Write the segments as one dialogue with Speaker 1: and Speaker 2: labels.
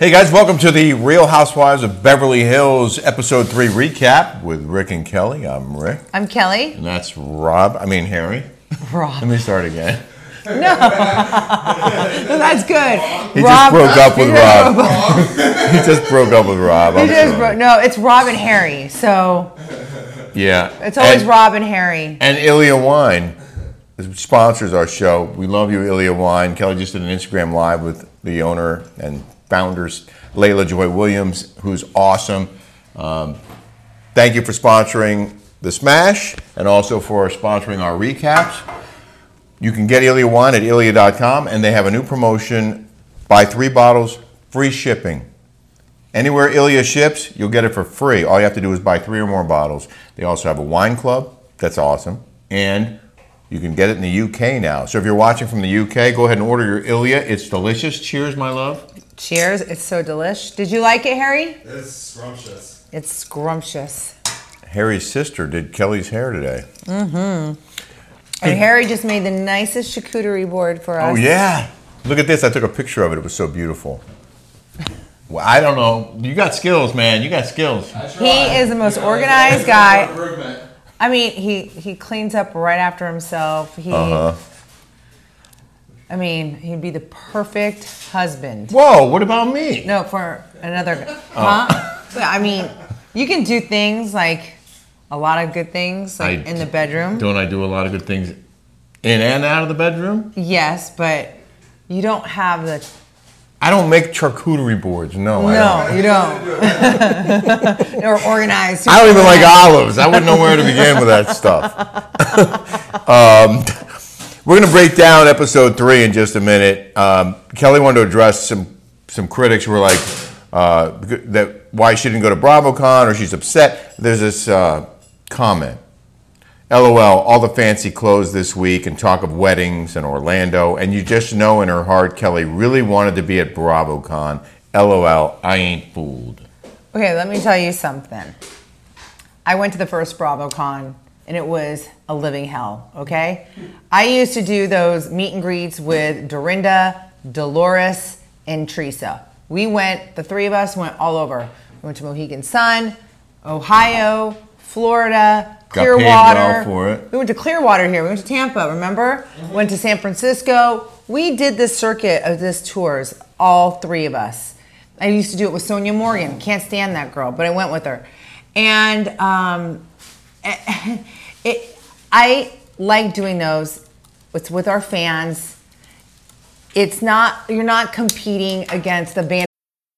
Speaker 1: Hey guys, welcome to the Real Housewives of Beverly Hills episode three recap with Rick and Kelly. I'm Rick,
Speaker 2: I'm Kelly.
Speaker 1: and that's Rob. I mean Harry. Let
Speaker 2: Rob.
Speaker 1: me start again.
Speaker 2: That's good.
Speaker 1: He just broke up with Rob. he just broke up with Rob.
Speaker 2: He
Speaker 1: I'm
Speaker 2: just
Speaker 1: sorry.
Speaker 2: bro- no, it's Rob and Harry. So
Speaker 1: Yeah,
Speaker 2: it's always
Speaker 1: and,
Speaker 2: Rob and Harry.
Speaker 1: And Ilya Wine sponsors our show. We love you, Ilya Wine. Kelly just did an Instagram live with the owner and founders, Layla Joy Williams, who's awesome. Um, thank you for sponsoring the Smash and also for sponsoring our recaps. You can get Ilya Wine at Ilya.com, and they have a new promotion buy three bottles, free shipping. Anywhere Ilya ships, you'll get it for free. All you have to do is buy three or more bottles. They also have a wine club. That's awesome. And you can get it in the UK now. So if you're watching from the UK, go ahead and order your Ilya. It's delicious. Cheers, my love.
Speaker 2: Cheers. It's so delish. Did you like it, Harry?
Speaker 3: It's scrumptious.
Speaker 2: It's scrumptious.
Speaker 1: Harry's sister did Kelly's hair today.
Speaker 2: And Harry just made the nicest charcuterie board for us.
Speaker 1: Oh, yeah. Look at this. I took a picture of it. It was so beautiful. Well, I don't know. You got skills, man. You got skills.
Speaker 3: I tried.
Speaker 2: He is the most
Speaker 3: You know,
Speaker 2: organized
Speaker 3: I
Speaker 2: guy.
Speaker 3: got improvement.
Speaker 2: I mean, he he cleans up right after himself. He.
Speaker 1: Uh-huh.
Speaker 2: I mean, he'd be the perfect husband.
Speaker 1: Whoa, what about me?
Speaker 2: No, for another. Huh? But, I mean, you can do things like a lot of good things like
Speaker 1: I
Speaker 2: in the bedroom.
Speaker 1: Don't I do a lot of good things in and out of the bedroom?
Speaker 2: Yes, but you don't have the.
Speaker 1: I don't make charcuterie boards. No, I don't.
Speaker 2: No, you don't. They're organized.
Speaker 1: I don't even like olives. I wouldn't know where to begin with that stuff. um, we're going to break down episode three in just a minute. Um, Kelly wanted to address some some critics who were like uh, becau- that why she didn't go to BravoCon or she's upset. There's this uh, comment. LOL, all the fancy clothes this week and talk of weddings and Orlando, and you just know in her heart Kelly really wanted to be at BravoCon. LOL, I ain't fooled.
Speaker 2: Okay, let me tell you something. I went to the first BravoCon and it was a living hell, okay? I used to do those meet and greets with Dorinda, Dolores, and Teresa. We went, the three of us went all over. We went to Mohegan Sun, Ohio, Florida,
Speaker 1: Got paid
Speaker 2: Clearwater.
Speaker 1: well for it.
Speaker 2: We went to Clearwater here. We went to Tampa, remember? Went to San Francisco. We did this circuit of this tours, all three of us. I used to do it with Sonia Morgan. Can't stand that girl, but I went with her. And um, it, I like doing those. It's with our fans. It's not, you're not competing against the band.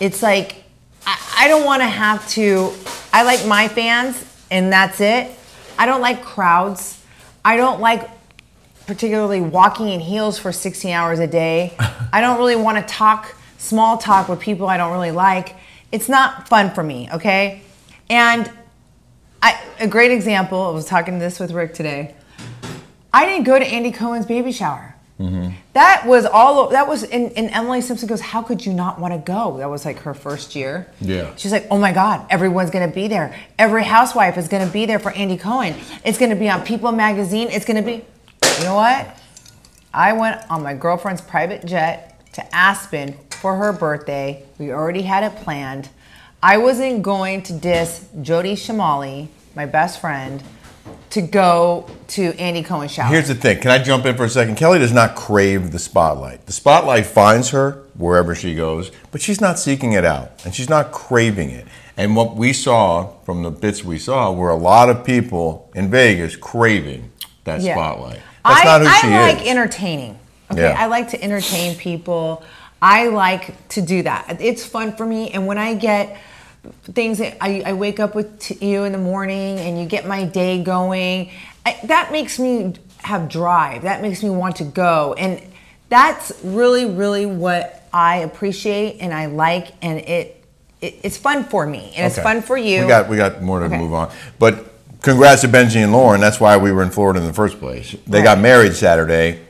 Speaker 2: it's like, I, I don't want to have to, I like my fans and that's it. I don't like crowds. I don't like particularly walking in heels for 16 hours a day. I don't really want to talk small talk with people I don't really like. It's not fun for me, okay? And I, a great example, I was talking this with Rick today. I didn't go to Andy Cohen's baby shower. That was all. That was and, and Emily Simpson goes, "How could you not want to go?" That was like her first year.
Speaker 1: Yeah.
Speaker 2: She's like, "Oh my God, everyone's gonna be there. Every housewife is gonna be there for Andy Cohen. It's gonna be on People Magazine. It's gonna be, you know what? I went on my girlfriend's private jet to Aspen for her birthday. We already had it planned. I wasn't going to diss Jody Shamali, my best friend, to go to Andy Cohen's shower.
Speaker 1: Here's the thing. Can I jump in for a second? Kelly does not crave the spotlight. The spotlight finds her wherever she goes, but she's not seeking it out and she's not craving it. And what we saw from the bits we saw were a lot of people in Vegas craving that
Speaker 2: Yeah.
Speaker 1: spotlight. That's
Speaker 2: I,
Speaker 1: not who
Speaker 2: I
Speaker 1: she
Speaker 2: like
Speaker 1: is.
Speaker 2: entertaining. Okay,
Speaker 1: Yeah.
Speaker 2: I like to entertain people. I like to do that. It's fun for me, and when I get things, that I, I wake up with t- you in the morning, and you get my day going. I, that makes me have drive. That makes me want to go, and that's really, really what I appreciate and I like, and it, it it's fun for me, and it's
Speaker 1: Okay.
Speaker 2: fun for you.
Speaker 1: We got we got more to
Speaker 2: Okay.
Speaker 1: move on, but congrats to Benji and Lauren. That's why we were in Florida in the first place. They got
Speaker 2: Right.
Speaker 1: married Saturday. It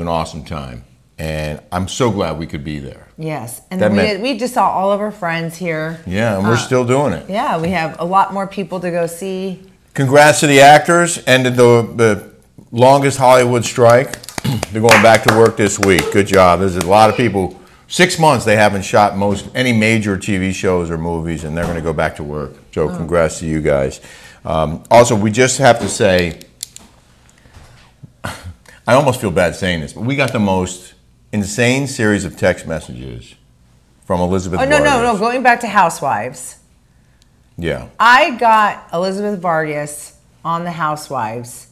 Speaker 1: was an awesome time, and I'm so glad we could be there.
Speaker 2: yes, and
Speaker 1: That
Speaker 2: we,
Speaker 1: meant-
Speaker 2: we just saw all of our friends here.
Speaker 1: Yeah, and we're
Speaker 2: Uh,
Speaker 1: still doing it.
Speaker 2: Yeah, we have a lot more people to go see.
Speaker 1: Congrats to the actors. Ended the the longest Hollywood strike. They're going back to work this week. Good job. There's a lot of people. Six months they haven't shot most any major TV shows or movies, and they're going to go back to work. So congrats to you guys. Um, also, we just have to say, I almost feel bad saying this, but we got the most insane series of text messages from Elizabeth.
Speaker 2: Oh no, no, no!
Speaker 1: Vargas.
Speaker 2: Going back to Housewives,
Speaker 1: Yeah.
Speaker 2: I got Elizabeth Vargas on the Housewives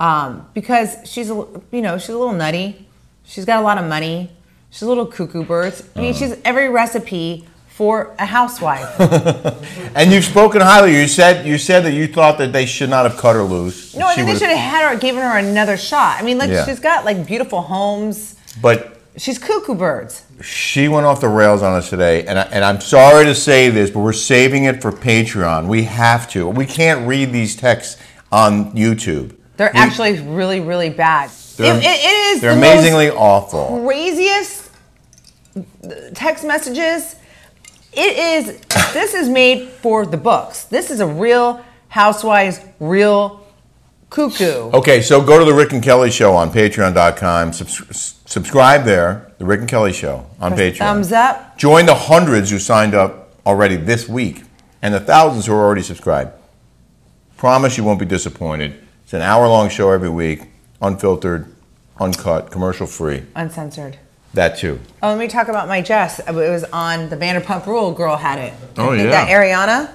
Speaker 2: um, because she's a, l- you know she's a little nutty. She's got a lot of money. She's a little cuckoo birds. I
Speaker 1: Uh.
Speaker 2: mean, she's every recipe for a housewife.
Speaker 1: And you've spoken highly. You said you said that you thought that they should not have cut her loose.
Speaker 2: no, I
Speaker 1: She
Speaker 2: think they
Speaker 1: would've-
Speaker 2: should have had her, given her another shot. I mean, like
Speaker 1: Yeah.
Speaker 2: she's got like beautiful homes.
Speaker 1: But
Speaker 2: She's cuckoo birds.
Speaker 1: she went off the rails on us today, and I, and I'm sorry to say this, but we're saving it for Patreon. We have to. We can't read these texts on YouTube.
Speaker 2: They're
Speaker 1: We-
Speaker 2: actually really, really bad.
Speaker 1: They're-
Speaker 2: It- it- it is
Speaker 1: They're
Speaker 2: the most-
Speaker 1: amazingly awful.
Speaker 2: craziest text messages. It is, this is made for the books. This is a real housewives, real cuckoo.
Speaker 1: Okay, so go to the Rick and Kelly Show on Patreon.com. Subs- subscribe there, the Rick and Kelly Show on
Speaker 2: Press
Speaker 1: Patreon.
Speaker 2: thumbs up.
Speaker 1: Join the hundreds who signed up already this week, and the thousands who are already subscribed. Promise you won't be disappointed. It's an hour-long show every week, unfiltered, uncut, commercial-free.
Speaker 2: Uncensored.
Speaker 1: That too.
Speaker 2: Oh, let me talk about my dress. It was on the Vanderpump Rule girl had it.
Speaker 1: Oh,
Speaker 2: I think
Speaker 1: yeah.
Speaker 2: That Ariana.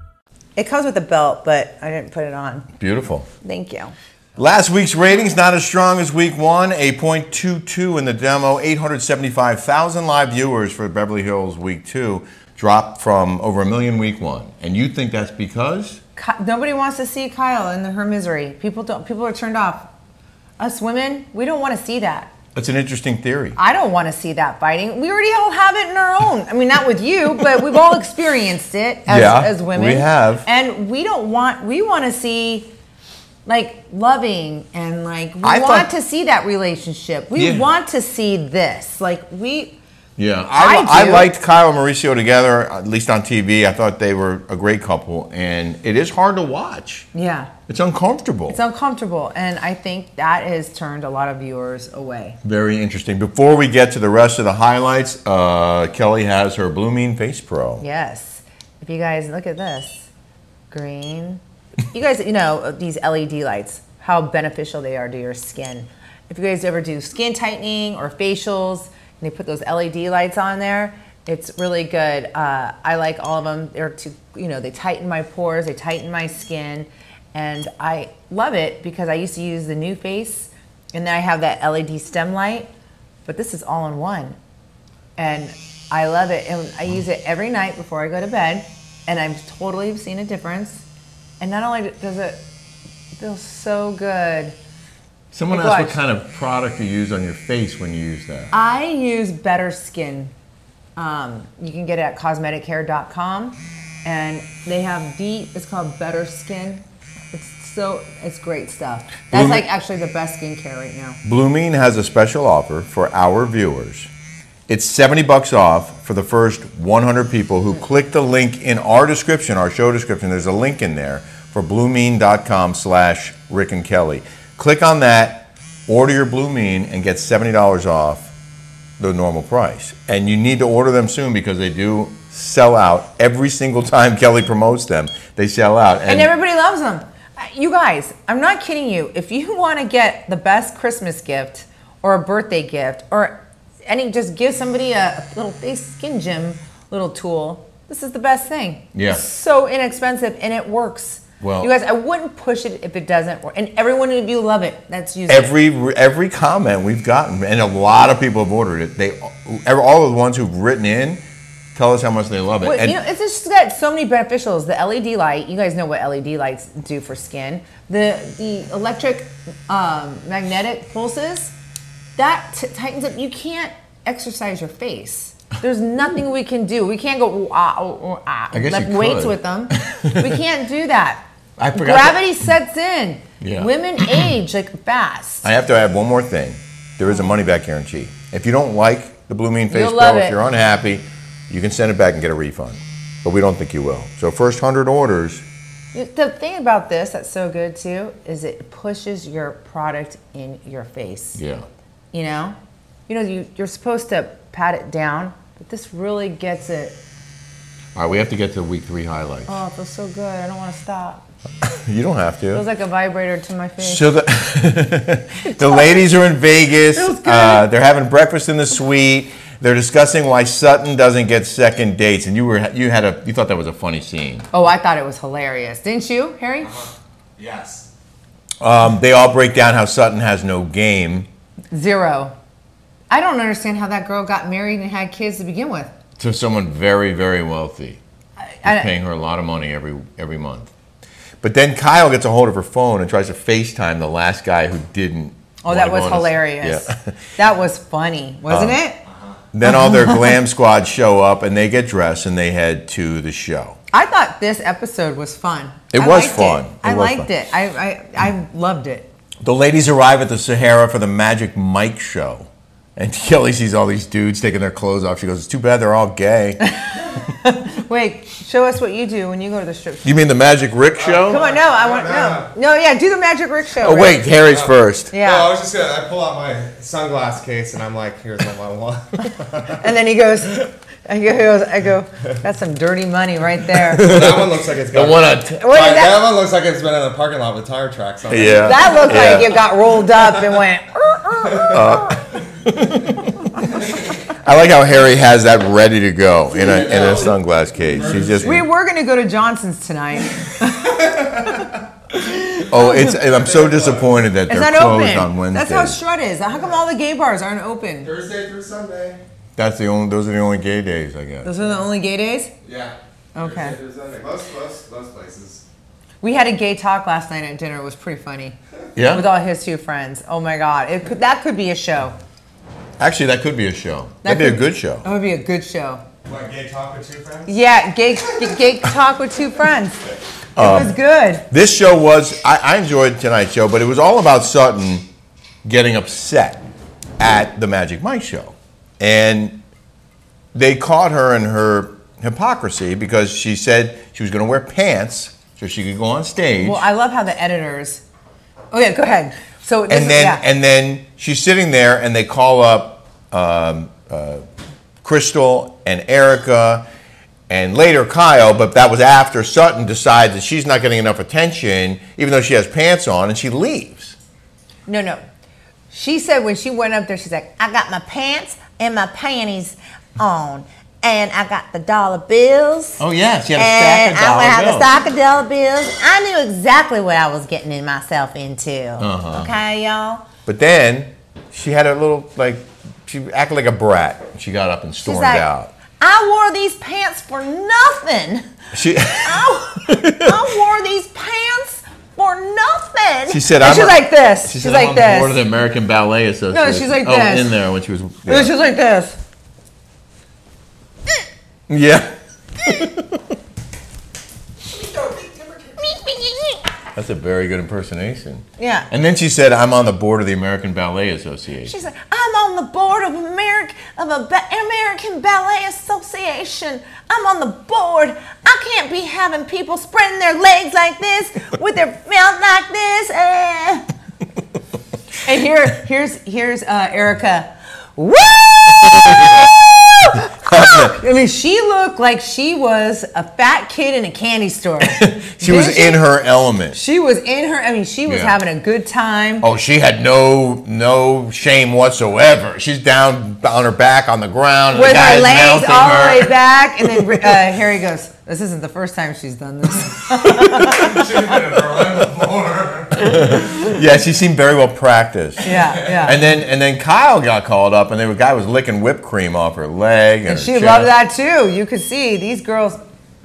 Speaker 2: It comes with a belt, but I didn't put it on.
Speaker 1: Beautiful.
Speaker 2: Thank you.
Speaker 1: Last week's ratings not as strong as week one. A .22 in the demo, 875,000 live viewers for Beverly Hills week two, dropped from over a million week one. And you think that's because?
Speaker 2: Ky- Nobody wants to see Kyle in her misery. People don't. People are turned off. Us women, we don't want to see that.
Speaker 1: That's an interesting theory.
Speaker 2: I don't want to see that biting. We already all have it in our own. I mean, not with you, but we've all experienced it as,
Speaker 1: Yeah,
Speaker 2: as women.
Speaker 1: we have.
Speaker 2: And we don't want, we want to see like loving and like, we
Speaker 1: I
Speaker 2: want
Speaker 1: thought-
Speaker 2: to see that relationship. We
Speaker 1: Yeah.
Speaker 2: want to see this. Like, we,
Speaker 1: Yeah, I,
Speaker 2: I
Speaker 1: I,
Speaker 2: do.
Speaker 1: liked Kyle and Mauricio together, at least on TV. I thought they were a great couple, and it is hard to watch.
Speaker 2: yeah,
Speaker 1: It's uncomfortable.
Speaker 2: it's uncomfortable. And I think that has turned a lot of viewers away.
Speaker 1: Very interesting. Before we get to the rest of the highlights, uh, Kelly has her Blooming Face Pro.
Speaker 2: Yes. If you guys look at this green, you guys, you know, these LED lights, how beneficial they are to your skin. If you guys ever do skin tightening or facials, and they put those LED lights on there, it's really good. Uh, I like all of them. They're to, you know, they tighten my pores, they tighten my skin, and I love it because I used to use the new face, and then I have that LED stem light, but this is all in one and I love it. And I use it every night before I go to bed, and I've totally seen a difference. And not only does it feel so good,
Speaker 1: Someone
Speaker 2: Oh,
Speaker 1: asked what
Speaker 2: gosh.
Speaker 1: kind of product you use on your face when you use that.
Speaker 2: I use Better Skin. Um, you can get it at cosmetichare.com, and they have the it's called Better Skin. It's so it's great stuff. That's
Speaker 1: Bloom-
Speaker 2: like actually the best skincare right now.
Speaker 1: Blooming has a special offer for our viewers. It's 70 bucks off for the first 100 people who click the link in our description, our show description. There's a link in there for bluemean.com slash Rick and Kelly. Click on that, order your Blue Mean, and get $70 off the normal price. And you need to order them soon because they do sell out every single time Kelly promotes them. They sell out.
Speaker 2: and everybody loves them. Uh, You guys, I'm not kidding you. If you want to get the best Christmas gift or a birthday gift or any, just give somebody a little a skin gym little tool. This is the best thing.
Speaker 1: Yeah.
Speaker 2: It's so inexpensive and it works.
Speaker 1: Well-
Speaker 2: you guys, I wouldn't push it if it doesn't work. And every one of you love it. That's using it.
Speaker 1: every every comment we've gotten, and a lot of people have ordered it. They all the ones who've written in tell us how much they love it.
Speaker 2: Well,
Speaker 1: and
Speaker 2: you know, it's just got so many beneficials. The LED light, you guys know what LED lights do for skin. The the electric um, magnetic pulses that t- tightens up. You can't exercise your face. There's nothing we can do. We can't go ah, ah, ah,
Speaker 1: I guess
Speaker 2: lift
Speaker 1: you
Speaker 2: weights
Speaker 1: could.
Speaker 2: with them. we can't do that.
Speaker 1: I forgot that-
Speaker 2: Gravity sets in.
Speaker 1: Yeah.
Speaker 2: Women age like fast.
Speaker 1: I have to add one more thing. There is a money back guarantee. If you don't like the Blue Mean Face
Speaker 2: You'll
Speaker 1: Pro,
Speaker 2: love
Speaker 1: if
Speaker 2: it.
Speaker 1: you're unhappy, you can send it back and get a refund. But we don't think you will. So first hundred orders,
Speaker 2: The thing about this that's so good too is it pushes your product in your face.
Speaker 1: yeah,
Speaker 2: you know you know you, you're supposed to pat it down but this really gets it
Speaker 1: All right, we have to get to week three highlights.
Speaker 2: oh it feels so good i don't want to stop
Speaker 1: you don't have
Speaker 2: it
Speaker 1: to.
Speaker 2: feels like a vibrator to my face
Speaker 1: So the, the ladies are in Vegas. Uh, they're having breakfast in the suite. They're discussing why Sutton doesn't get second dates, and you were you had a you thought that was a funny scene.
Speaker 2: oh i thought it was hilarious didn't you harry
Speaker 1: Uh-huh.
Speaker 4: Yes.
Speaker 1: Um, they all break down how Sutton has no game.
Speaker 2: zero i don't understand how that girl got married and had kids to begin with
Speaker 1: to someone very, very wealthy,
Speaker 2: I-
Speaker 1: You're paying her a lot of money every every month. But then Kyle gets a hold of her phone and tries to FaceTime the last guy who didn't.
Speaker 2: oh that
Speaker 1: want to
Speaker 2: was
Speaker 1: go on his-
Speaker 2: hilarious
Speaker 1: Yeah. Um,
Speaker 2: that was funny wasn't it
Speaker 1: then all their glam squad show up and they get dressed and they head to the show.
Speaker 2: i thought this episode was fun
Speaker 1: It
Speaker 2: I
Speaker 1: was
Speaker 2: liked
Speaker 1: fun. It
Speaker 2: i
Speaker 1: was
Speaker 2: liked
Speaker 1: fun.
Speaker 2: it I, I i loved it
Speaker 1: The ladies arrive at the Sahara for the Magic Mike show. And Kelly sees all these dudes taking their clothes off. She goes, It's too bad they're all gay.
Speaker 2: wait show us what you do when you go to the strip
Speaker 1: you mean the Magic Rick show?
Speaker 2: Uh, Come on, no, I want no, no, yeah, do the magic Rick show.
Speaker 1: Oh,
Speaker 2: Rick.
Speaker 1: wait, Harry's first.
Speaker 2: yeah,
Speaker 4: No, I was just gonna. I pull out my sunglass case and I'm like, here's what I want.
Speaker 2: and then he goes, I go, he goes, I go, that's some dirty money right there.
Speaker 4: that one looks like it's
Speaker 1: The
Speaker 4: got.
Speaker 1: one on t-
Speaker 2: Wait,
Speaker 4: Like,
Speaker 2: that-
Speaker 4: that one looks like it's been in the parking lot with tire tracks on it.
Speaker 1: yeah.
Speaker 2: That looked
Speaker 1: Yeah. Uh,
Speaker 2: like it got rolled up and went. "Er, er, er."
Speaker 1: I like how Harry has that ready to go in a, in a sunglass case. He's just
Speaker 2: We were gonna go to Johnson's tonight.
Speaker 1: oh, it's I'm so disappointed that
Speaker 2: It's
Speaker 1: they're
Speaker 2: not
Speaker 1: closed
Speaker 2: open.
Speaker 1: on Wednesday.
Speaker 2: That's how Strut is. How come all the gay bars aren't open?
Speaker 4: Thursday through Sunday.
Speaker 1: That's the only those are the only gay days I guess.
Speaker 2: Those are the only gay days.
Speaker 4: Yeah.
Speaker 2: Okay.
Speaker 4: Thursday through Sunday. Most, most, most places.
Speaker 2: We had a gay talk last night at dinner. It was pretty funny with
Speaker 1: Yeah,
Speaker 2: all his two friends. Oh my god, it could, that could be a show.
Speaker 1: actually that could be a show. That'd
Speaker 2: That
Speaker 1: be a
Speaker 2: could-
Speaker 1: good show.
Speaker 2: That would be a good show.
Speaker 4: What gay talk with two friends?
Speaker 2: Yeah, gay gay talk with two friends. It
Speaker 1: Um,
Speaker 2: was good.
Speaker 1: This show was I, I enjoyed tonight's show, but it was all about Sutton getting upset at the Magic Mike show, and they caught her in her hypocrisy because she said she was going to wear pants so she could go on stage.
Speaker 2: Well, I love how the editors. Oh yeah, go ahead. So this
Speaker 1: and then
Speaker 2: yeah.
Speaker 1: and then she's sitting there, and they call up um, uh, Crystal and Erica, and later Kyle. But that was after Sutton decides that she's not getting enough attention, even though she has pants on, and she leaves.
Speaker 2: no, no. She said when she went up there, she's like, I got my pants and my panties on, and I got the dollar bills.
Speaker 1: Oh yeah, she
Speaker 2: And I'm gonna have the stack of dollar bills. I knew exactly what I was getting in myself into.
Speaker 1: Uh-huh.
Speaker 2: Okay, y'all.
Speaker 1: But then she had a little like she acted like a brat. She got up and
Speaker 2: She's
Speaker 1: stormed
Speaker 2: like,
Speaker 1: out.
Speaker 2: I wore these pants for nothing.
Speaker 1: She.
Speaker 2: I, I wore these pants for nothing.
Speaker 1: She said,
Speaker 2: and
Speaker 1: "I'm
Speaker 2: she's
Speaker 1: a-
Speaker 2: like this.
Speaker 1: She
Speaker 2: she's
Speaker 1: said, "Oh,
Speaker 2: like
Speaker 1: I'm on the
Speaker 2: this.
Speaker 1: board of the American Ballet Association.
Speaker 2: she's like
Speaker 1: oh,
Speaker 2: this.
Speaker 1: in there when she was.
Speaker 2: It was just like this.
Speaker 1: Yeah. That's a very good impersonation.
Speaker 2: Yeah.
Speaker 1: And then she said, I'm on the board of the American Ballet Association.
Speaker 2: She's like, I'm on on the board of America of a ba- American Ballet Association. I'm on the board. I can't be having people spreading their legs like this with their mouth like this. eh." and here, here's here's uh, Erica. Woo! Ah! I mean, she looked like she was a fat kid in a candy store.
Speaker 1: She was in her element.
Speaker 2: She was in her. I mean, she was
Speaker 1: Yeah.
Speaker 2: having a good time.
Speaker 1: Oh, she had no no shame whatsoever. She's down on her back on the ground. and the
Speaker 2: with
Speaker 1: guy
Speaker 2: her
Speaker 1: is
Speaker 2: legs
Speaker 1: mounting
Speaker 2: all
Speaker 1: her.
Speaker 2: the way back, and then uh, Harry goes, "This isn't the first time she's done this."
Speaker 4: Should have been a Berlin before.
Speaker 1: Yeah, she seemed very well practiced.
Speaker 2: yeah, yeah.
Speaker 1: And then and then Kyle got called up, and the guy was licking whipped cream off her leg. And,
Speaker 2: And
Speaker 1: her
Speaker 2: she
Speaker 1: chest.
Speaker 2: loved that too. You could see these girls.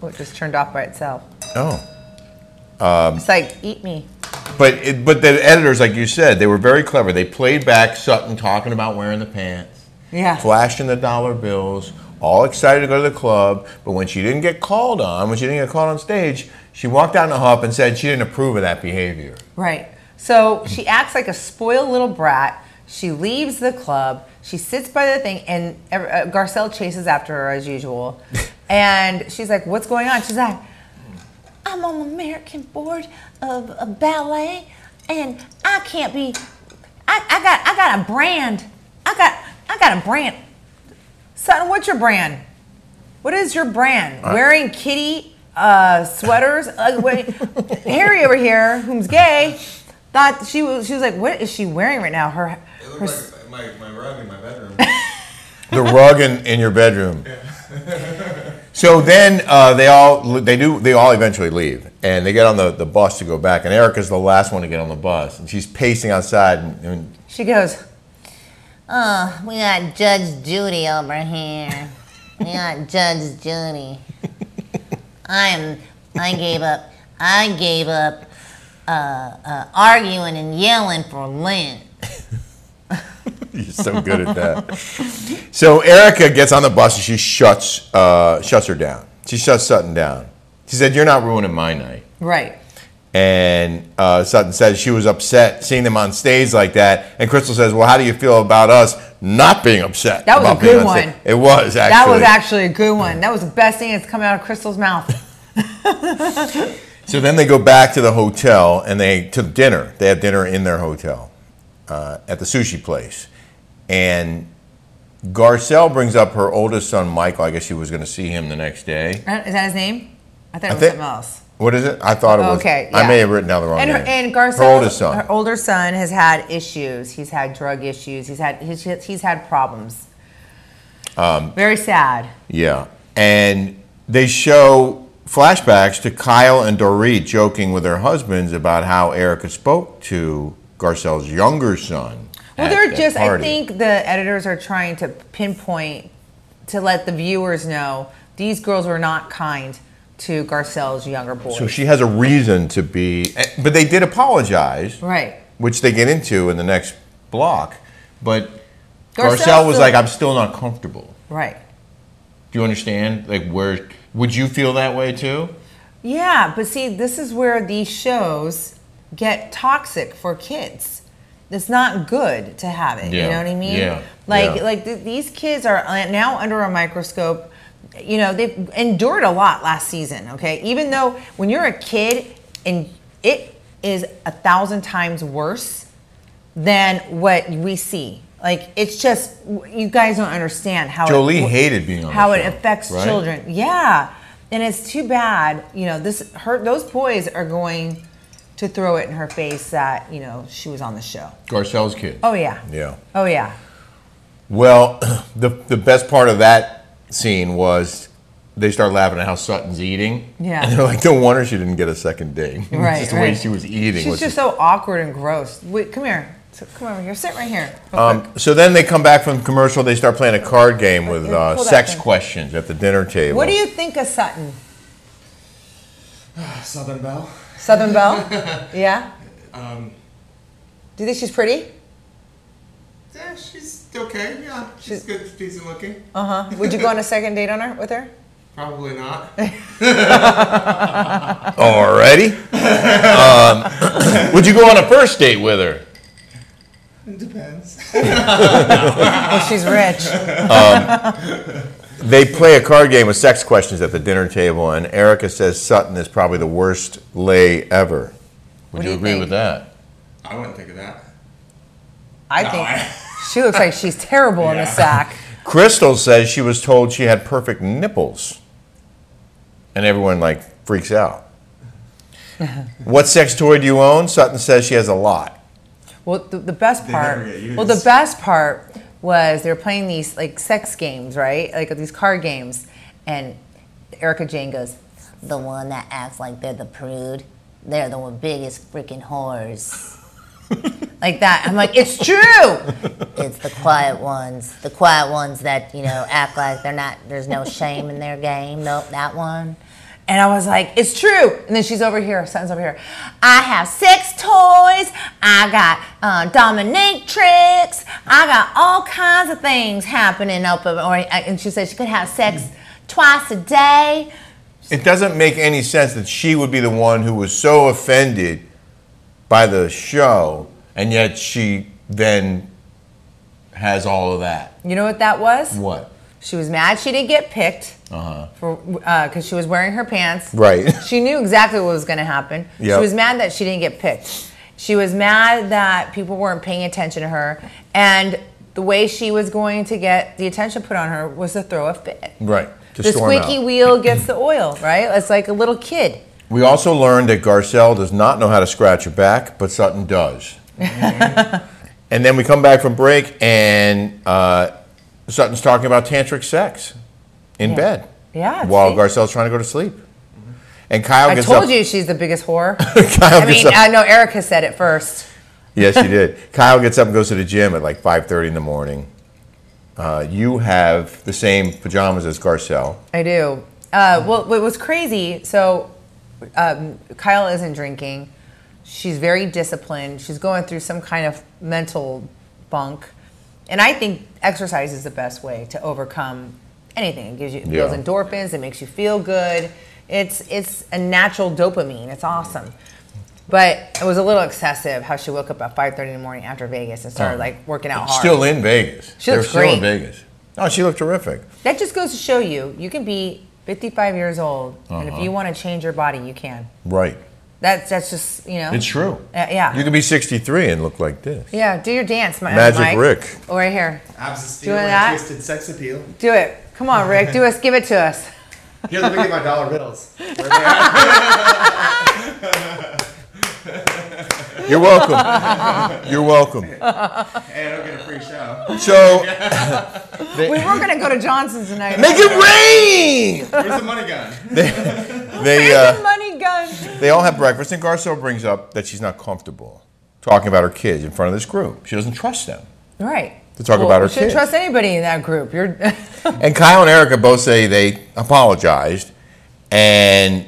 Speaker 2: Oh, it just turned off by itself.
Speaker 1: Oh,
Speaker 2: It's like, eat me.
Speaker 1: but it, but the editors, like you said, they were very clever. They played back Sutton talking about wearing the pants,
Speaker 2: Yeah.
Speaker 1: flashing the dollar bills, all excited to go to the club. But when she didn't get called on, when she didn't get called on stage, she walked out in a huff and said she didn't approve of that behavior.
Speaker 2: Right. So she acts like a spoiled little brat. She leaves the club. She sits by the thing, and uh, Garcelle chases after her as usual. and she's like, "What's going on?" She's like, "I'm on the American Board of, of Ballet, and I can't be. I, I got I got a brand. I got I got a brand. Sutton, what's your brand? What is your brand? Wearing kitty uh, sweaters? Uh, wait, Harry over here, who's gay, thought she was. She was like, "What is she wearing right now?" Her,
Speaker 4: It
Speaker 2: her
Speaker 4: looked like my, my rug in my bedroom.
Speaker 1: the rug in, in your bedroom. so then uh, they all they do they all eventually leave and they get on the, the bus to go back and Erica's the last one to get on the bus and she's pacing outside and, and
Speaker 2: she goes,
Speaker 5: Oh, we got Judge Judy over here. We got Judge Judy. I'm. I gave up. I gave up uh, uh, arguing and yelling for Lynn.
Speaker 1: you're so good at that. So Erica gets on the bus and she shuts uh, shuts her down. She shuts Sutton down. She said, "You're not ruining my night."
Speaker 2: "Right."
Speaker 1: And uh, Sutton says she was upset seeing them on stage like that. And Crystal says, "Well, how do you feel about us not being upset?"
Speaker 2: That was a
Speaker 1: about being
Speaker 2: good
Speaker 1: on stage?"
Speaker 2: one.
Speaker 1: It was actually.
Speaker 2: That was actually a good one. That was the best thing that's come out of Crystal's mouth.
Speaker 1: So then they go back to the hotel and they to dinner. They have dinner in their hotel uh, at the sushi place, and Garcelle brings up her oldest son Michael. I guess she was going to see him the next day.
Speaker 2: Uh, Is that his name? I thought it was
Speaker 1: thi-
Speaker 2: something else.
Speaker 1: What is it? I thought it was.
Speaker 2: Okay,
Speaker 1: I may
Speaker 2: Oh, yeah.
Speaker 1: have written down the wrong
Speaker 2: And, her,
Speaker 1: name.
Speaker 2: and Garcelle,
Speaker 1: her oldest son.
Speaker 2: her older son has had issues. He's had drug issues. He's had he's, he's had problems. Very sad.
Speaker 1: yeah, and they show flashbacks to Kyle and Dorit joking with their husbands about how Erica spoke to Garcelle's younger son.
Speaker 2: Well,
Speaker 1: at
Speaker 2: they're
Speaker 1: that
Speaker 2: just.
Speaker 1: party.
Speaker 2: I think the editors are trying to pinpoint to let the viewers know these girls were not kind to Garcelle's younger boy.
Speaker 1: So she has a reason to be, eh, but they did apologize,
Speaker 2: right.
Speaker 1: which they get into in the next block. But Garcelle,
Speaker 2: Garcelle
Speaker 1: was
Speaker 2: still-
Speaker 1: like, "I'm still not comfortable."
Speaker 2: Right.
Speaker 1: Do you understand? Like, where would you feel that way too?
Speaker 2: Yeah, but see, this is where these shows get toxic for kids. It's not good to have it.
Speaker 1: Yeah,
Speaker 2: You know what I mean?
Speaker 1: yeah,
Speaker 2: Like
Speaker 1: yeah.
Speaker 2: like th- these kids are uh, now under a microscope. You know, they've endured a lot last season, okay? Even though when you're a kid and it is a thousand times worse than what we see. Like it's just you guys don't understand how it-
Speaker 1: Jolie hated being on the
Speaker 2: how it
Speaker 1: show,
Speaker 2: affects
Speaker 1: right?
Speaker 2: children yeah, and it's too bad. You know, this her those boys are going to throw it in her face that you know she was on the show.
Speaker 1: Garcelle's kid.
Speaker 2: Oh yeah.
Speaker 1: Yeah.
Speaker 2: Oh yeah.
Speaker 1: Well, the the best part of that scene was they start laughing at how Sutton's eating.
Speaker 2: Yeah.
Speaker 1: And they're like, "No wonder she didn't get a second date." It's
Speaker 2: Right.
Speaker 1: just the way
Speaker 2: right.
Speaker 1: she was eating.
Speaker 2: She's
Speaker 1: was
Speaker 2: just so awkward and gross. Wait, come here. So- Come over here. Sit right here. real quick.
Speaker 1: um, So then they come back from commercial. They start playing a card game with
Speaker 2: Yeah,
Speaker 1: uh,
Speaker 2: pull that
Speaker 1: sex
Speaker 2: thing.
Speaker 1: questions at the dinner table.
Speaker 2: What do you think of Sutton?
Speaker 4: Southern Belle.
Speaker 2: Southern Belle? yeah.
Speaker 4: Um,
Speaker 2: Do you think she's pretty?
Speaker 4: Yeah, she's okay. Yeah, she's good, decent looking.
Speaker 2: Uh huh. Would you go on a second date on her with her?
Speaker 4: Probably not.
Speaker 1: Alrighty. um, would you go on a first date with her?
Speaker 4: It depends.
Speaker 2: Well, she's rich.
Speaker 1: They play a card game with sex questions at the dinner table, and Erica says Sutton is probably the worst lay ever. Would you,
Speaker 2: do you
Speaker 1: agree
Speaker 2: think?
Speaker 1: with that?
Speaker 4: I wouldn't think of that.
Speaker 2: I
Speaker 4: No,
Speaker 2: think
Speaker 4: I-
Speaker 2: she looks like she's terrible in the
Speaker 4: Yeah.
Speaker 2: sack.
Speaker 1: Crystal says she was told she had perfect nipples, and everyone like freaks out. what sex toy do you own? Sutton says she has a lot.
Speaker 2: Well, the, the best
Speaker 4: They
Speaker 2: part.
Speaker 4: never get
Speaker 2: Well, the
Speaker 4: used.
Speaker 2: best part was they were playing these like sex games, right? Like these card games, and Erica Jane goes,
Speaker 5: The one that acts like they're the prude. They're the one biggest freaking whores.
Speaker 2: like that. I'm like, it's true.
Speaker 5: It's the quiet ones. The quiet ones that, you know, act like they're not, there's no shame in their game. Nope, that one.
Speaker 2: And I was like, it's true. And then she's over here, Sutton's over here.
Speaker 5: I have sex toys. I got uh, dominatrix. I got all kinds of things happening up. Or,
Speaker 2: uh,"
Speaker 5: and she said she could have sex twice a day.
Speaker 1: It doesn't make any sense that she would be the one who was so offended by the show, and yet she then has all of that.
Speaker 2: You know what that was?
Speaker 1: What?
Speaker 2: She was mad she didn't get picked uh-huh. for because she was wearing her pants.
Speaker 1: Right.
Speaker 2: She knew exactly what was going to happen.
Speaker 1: Yep.
Speaker 2: She was mad that she didn't get picked. She was mad that people weren't paying attention to her, and the way she was going to get the attention put on her was to throw a fit.
Speaker 1: Right. To
Speaker 2: the
Speaker 1: storm
Speaker 2: squeaky
Speaker 1: out.
Speaker 2: wheel gets the oil, right? It's like a little kid.
Speaker 1: We also learned that Garcelle does not know how to scratch a back, but Sutton does.
Speaker 2: Mm-hmm.
Speaker 1: and then we come back from break, and uh, Sutton's talking about tantric sex in bed.
Speaker 2: Yeah,
Speaker 1: While
Speaker 2: see?
Speaker 1: Garcelle's trying to go to sleep. And Kyle
Speaker 2: I
Speaker 1: gets
Speaker 2: told
Speaker 1: up.
Speaker 2: you she's the biggest whore.
Speaker 1: Kyle
Speaker 2: I
Speaker 1: gets
Speaker 2: mean,
Speaker 1: up.
Speaker 2: I know Erica said it first.
Speaker 1: yes, you did. Kyle gets up and goes to the gym at like 5:30 in the morning. Uh, you have the same pajamas as Garcelle.
Speaker 2: I do. Uh, well, it was crazy. So um, Kyle isn't drinking. She's very disciplined. She's going through some kind of mental bunk, and I think exercise is the best way to overcome anything. It gives you it builds
Speaker 1: Yeah.
Speaker 2: endorphins. It makes you feel good. It's it's a natural dopamine. It's awesome. But it was a little excessive how she woke up at 5:30 in the morning after Vegas and started
Speaker 1: Oh.
Speaker 2: like working out hard.
Speaker 1: Still in Vegas.
Speaker 2: She
Speaker 1: They're
Speaker 2: looks
Speaker 1: still in
Speaker 2: great.
Speaker 1: Vegas. Oh, she looked terrific.
Speaker 2: That just goes to show you, you can be 55 years old, and
Speaker 1: Uh-huh.
Speaker 2: if you want to change your body, you can.
Speaker 1: Right.
Speaker 2: That's that's just you know.
Speaker 1: It's true.
Speaker 2: Uh, yeah.
Speaker 1: You could be 63 and look like this.
Speaker 2: yeah. Do your dance, my
Speaker 1: Magic
Speaker 2: Mike.
Speaker 1: Rick.
Speaker 2: Oh, right here.
Speaker 4: Abs of
Speaker 2: Doing
Speaker 4: steel and
Speaker 2: that?
Speaker 4: twisted sex appeal.
Speaker 2: Do it. Come on, Rick. Do us. Give it to us.
Speaker 4: Here, let me get my dollar bills.
Speaker 1: You're welcome. You're welcome.
Speaker 4: Hey, I don't get a free show.
Speaker 1: So
Speaker 2: We were gonna go to Johnson's tonight.
Speaker 1: make it rain.
Speaker 4: Where's the money gun?
Speaker 1: They
Speaker 2: the
Speaker 1: uh,
Speaker 2: money gun.
Speaker 1: they all have breakfast, and Garcelle brings up that she's not comfortable talking about her kids in front of this group. She doesn't trust them.
Speaker 2: Right.
Speaker 1: To talk about her
Speaker 2: You shouldn't
Speaker 1: kids.
Speaker 2: trust anybody in that group. You're.
Speaker 1: And Kyle and Erica both say they apologized, and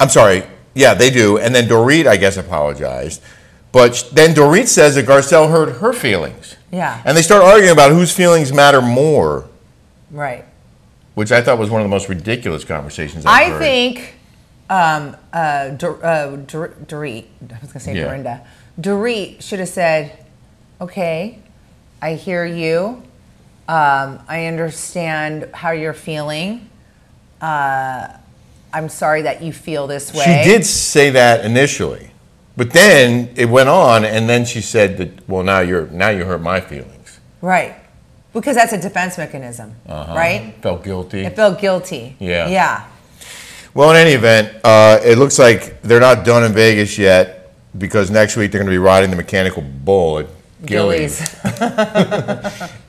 Speaker 1: I'm sorry. Yeah, they do. And then Dorit, I guess, apologized. But sh- then Dorit says that Garcelle hurt her feelings.
Speaker 2: Yeah.
Speaker 1: And they start arguing about whose feelings matter more,
Speaker 2: right.
Speaker 1: which I thought was one of the most ridiculous conversations I've
Speaker 2: I
Speaker 1: heard.
Speaker 2: think um, uh, Dor- uh, Dor- Dorit, I was going to say
Speaker 1: Yeah.
Speaker 2: Dorinda, Dorit should have said, okay, I hear you. Um, I understand how you're feeling. Uh, I'm sorry that you feel this way.
Speaker 1: She did say that initially, but then it went on, and then she said that. Well, now you're now you hurt my feelings.
Speaker 2: Right. Because that's a defense mechanism, Uh-huh. right?
Speaker 1: Felt guilty.
Speaker 2: It felt guilty.
Speaker 1: Uh-huh. Yeah.
Speaker 2: Yeah.
Speaker 1: well, in any event, uh, it looks like they're not done in Vegas yet because next week they're going to be riding the mechanical bull at Gillies,
Speaker 2: Gillies.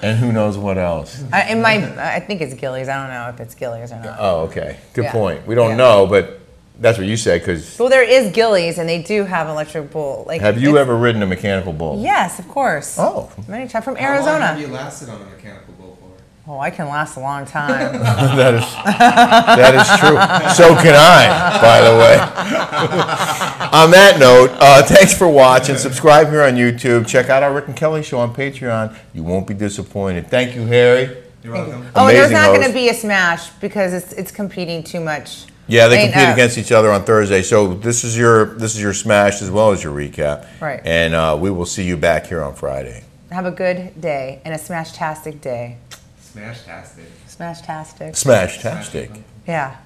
Speaker 1: and who knows what else.
Speaker 2: I, in my, I think it's Gillies. I don't know if it's Gillies or not.
Speaker 1: Oh, okay. Good
Speaker 2: Yeah.
Speaker 1: point. We don't
Speaker 2: Yeah.
Speaker 1: know, but that's what you said because.
Speaker 2: Well, there is Gillies, and they do have electric bull. Like,
Speaker 1: Have you
Speaker 2: it's-
Speaker 1: ever ridden a mechanical bull?
Speaker 2: Yes, of course.
Speaker 1: Oh,
Speaker 2: Many times from
Speaker 4: How long have you
Speaker 2: Arizona.
Speaker 4: lasted on a mechanical bull for?
Speaker 2: Oh, I can last a long time.
Speaker 1: that is that is true. So can I, by the way. on that note, uh, thanks for watching. Subscribe here on YouTube. Check out our Rick and Kelly show on Patreon. You won't be disappointed. Thank you, Harry.
Speaker 4: You're welcome.
Speaker 2: oh, and there's
Speaker 1: Amazing
Speaker 2: not going
Speaker 1: host.
Speaker 2: to be a smash because it's it's competing too much.
Speaker 1: Yeah, they
Speaker 2: Ain't
Speaker 1: compete
Speaker 2: up.
Speaker 1: against each other on Thursday. So this is your this is your smash as well as your recap.
Speaker 2: Right.
Speaker 1: And uh, we will see you back here on Friday.
Speaker 2: Have a good day and a smashtastic day.
Speaker 4: Smash tastic.
Speaker 2: Smashtastic.
Speaker 1: Smashtastic.
Speaker 2: Yeah.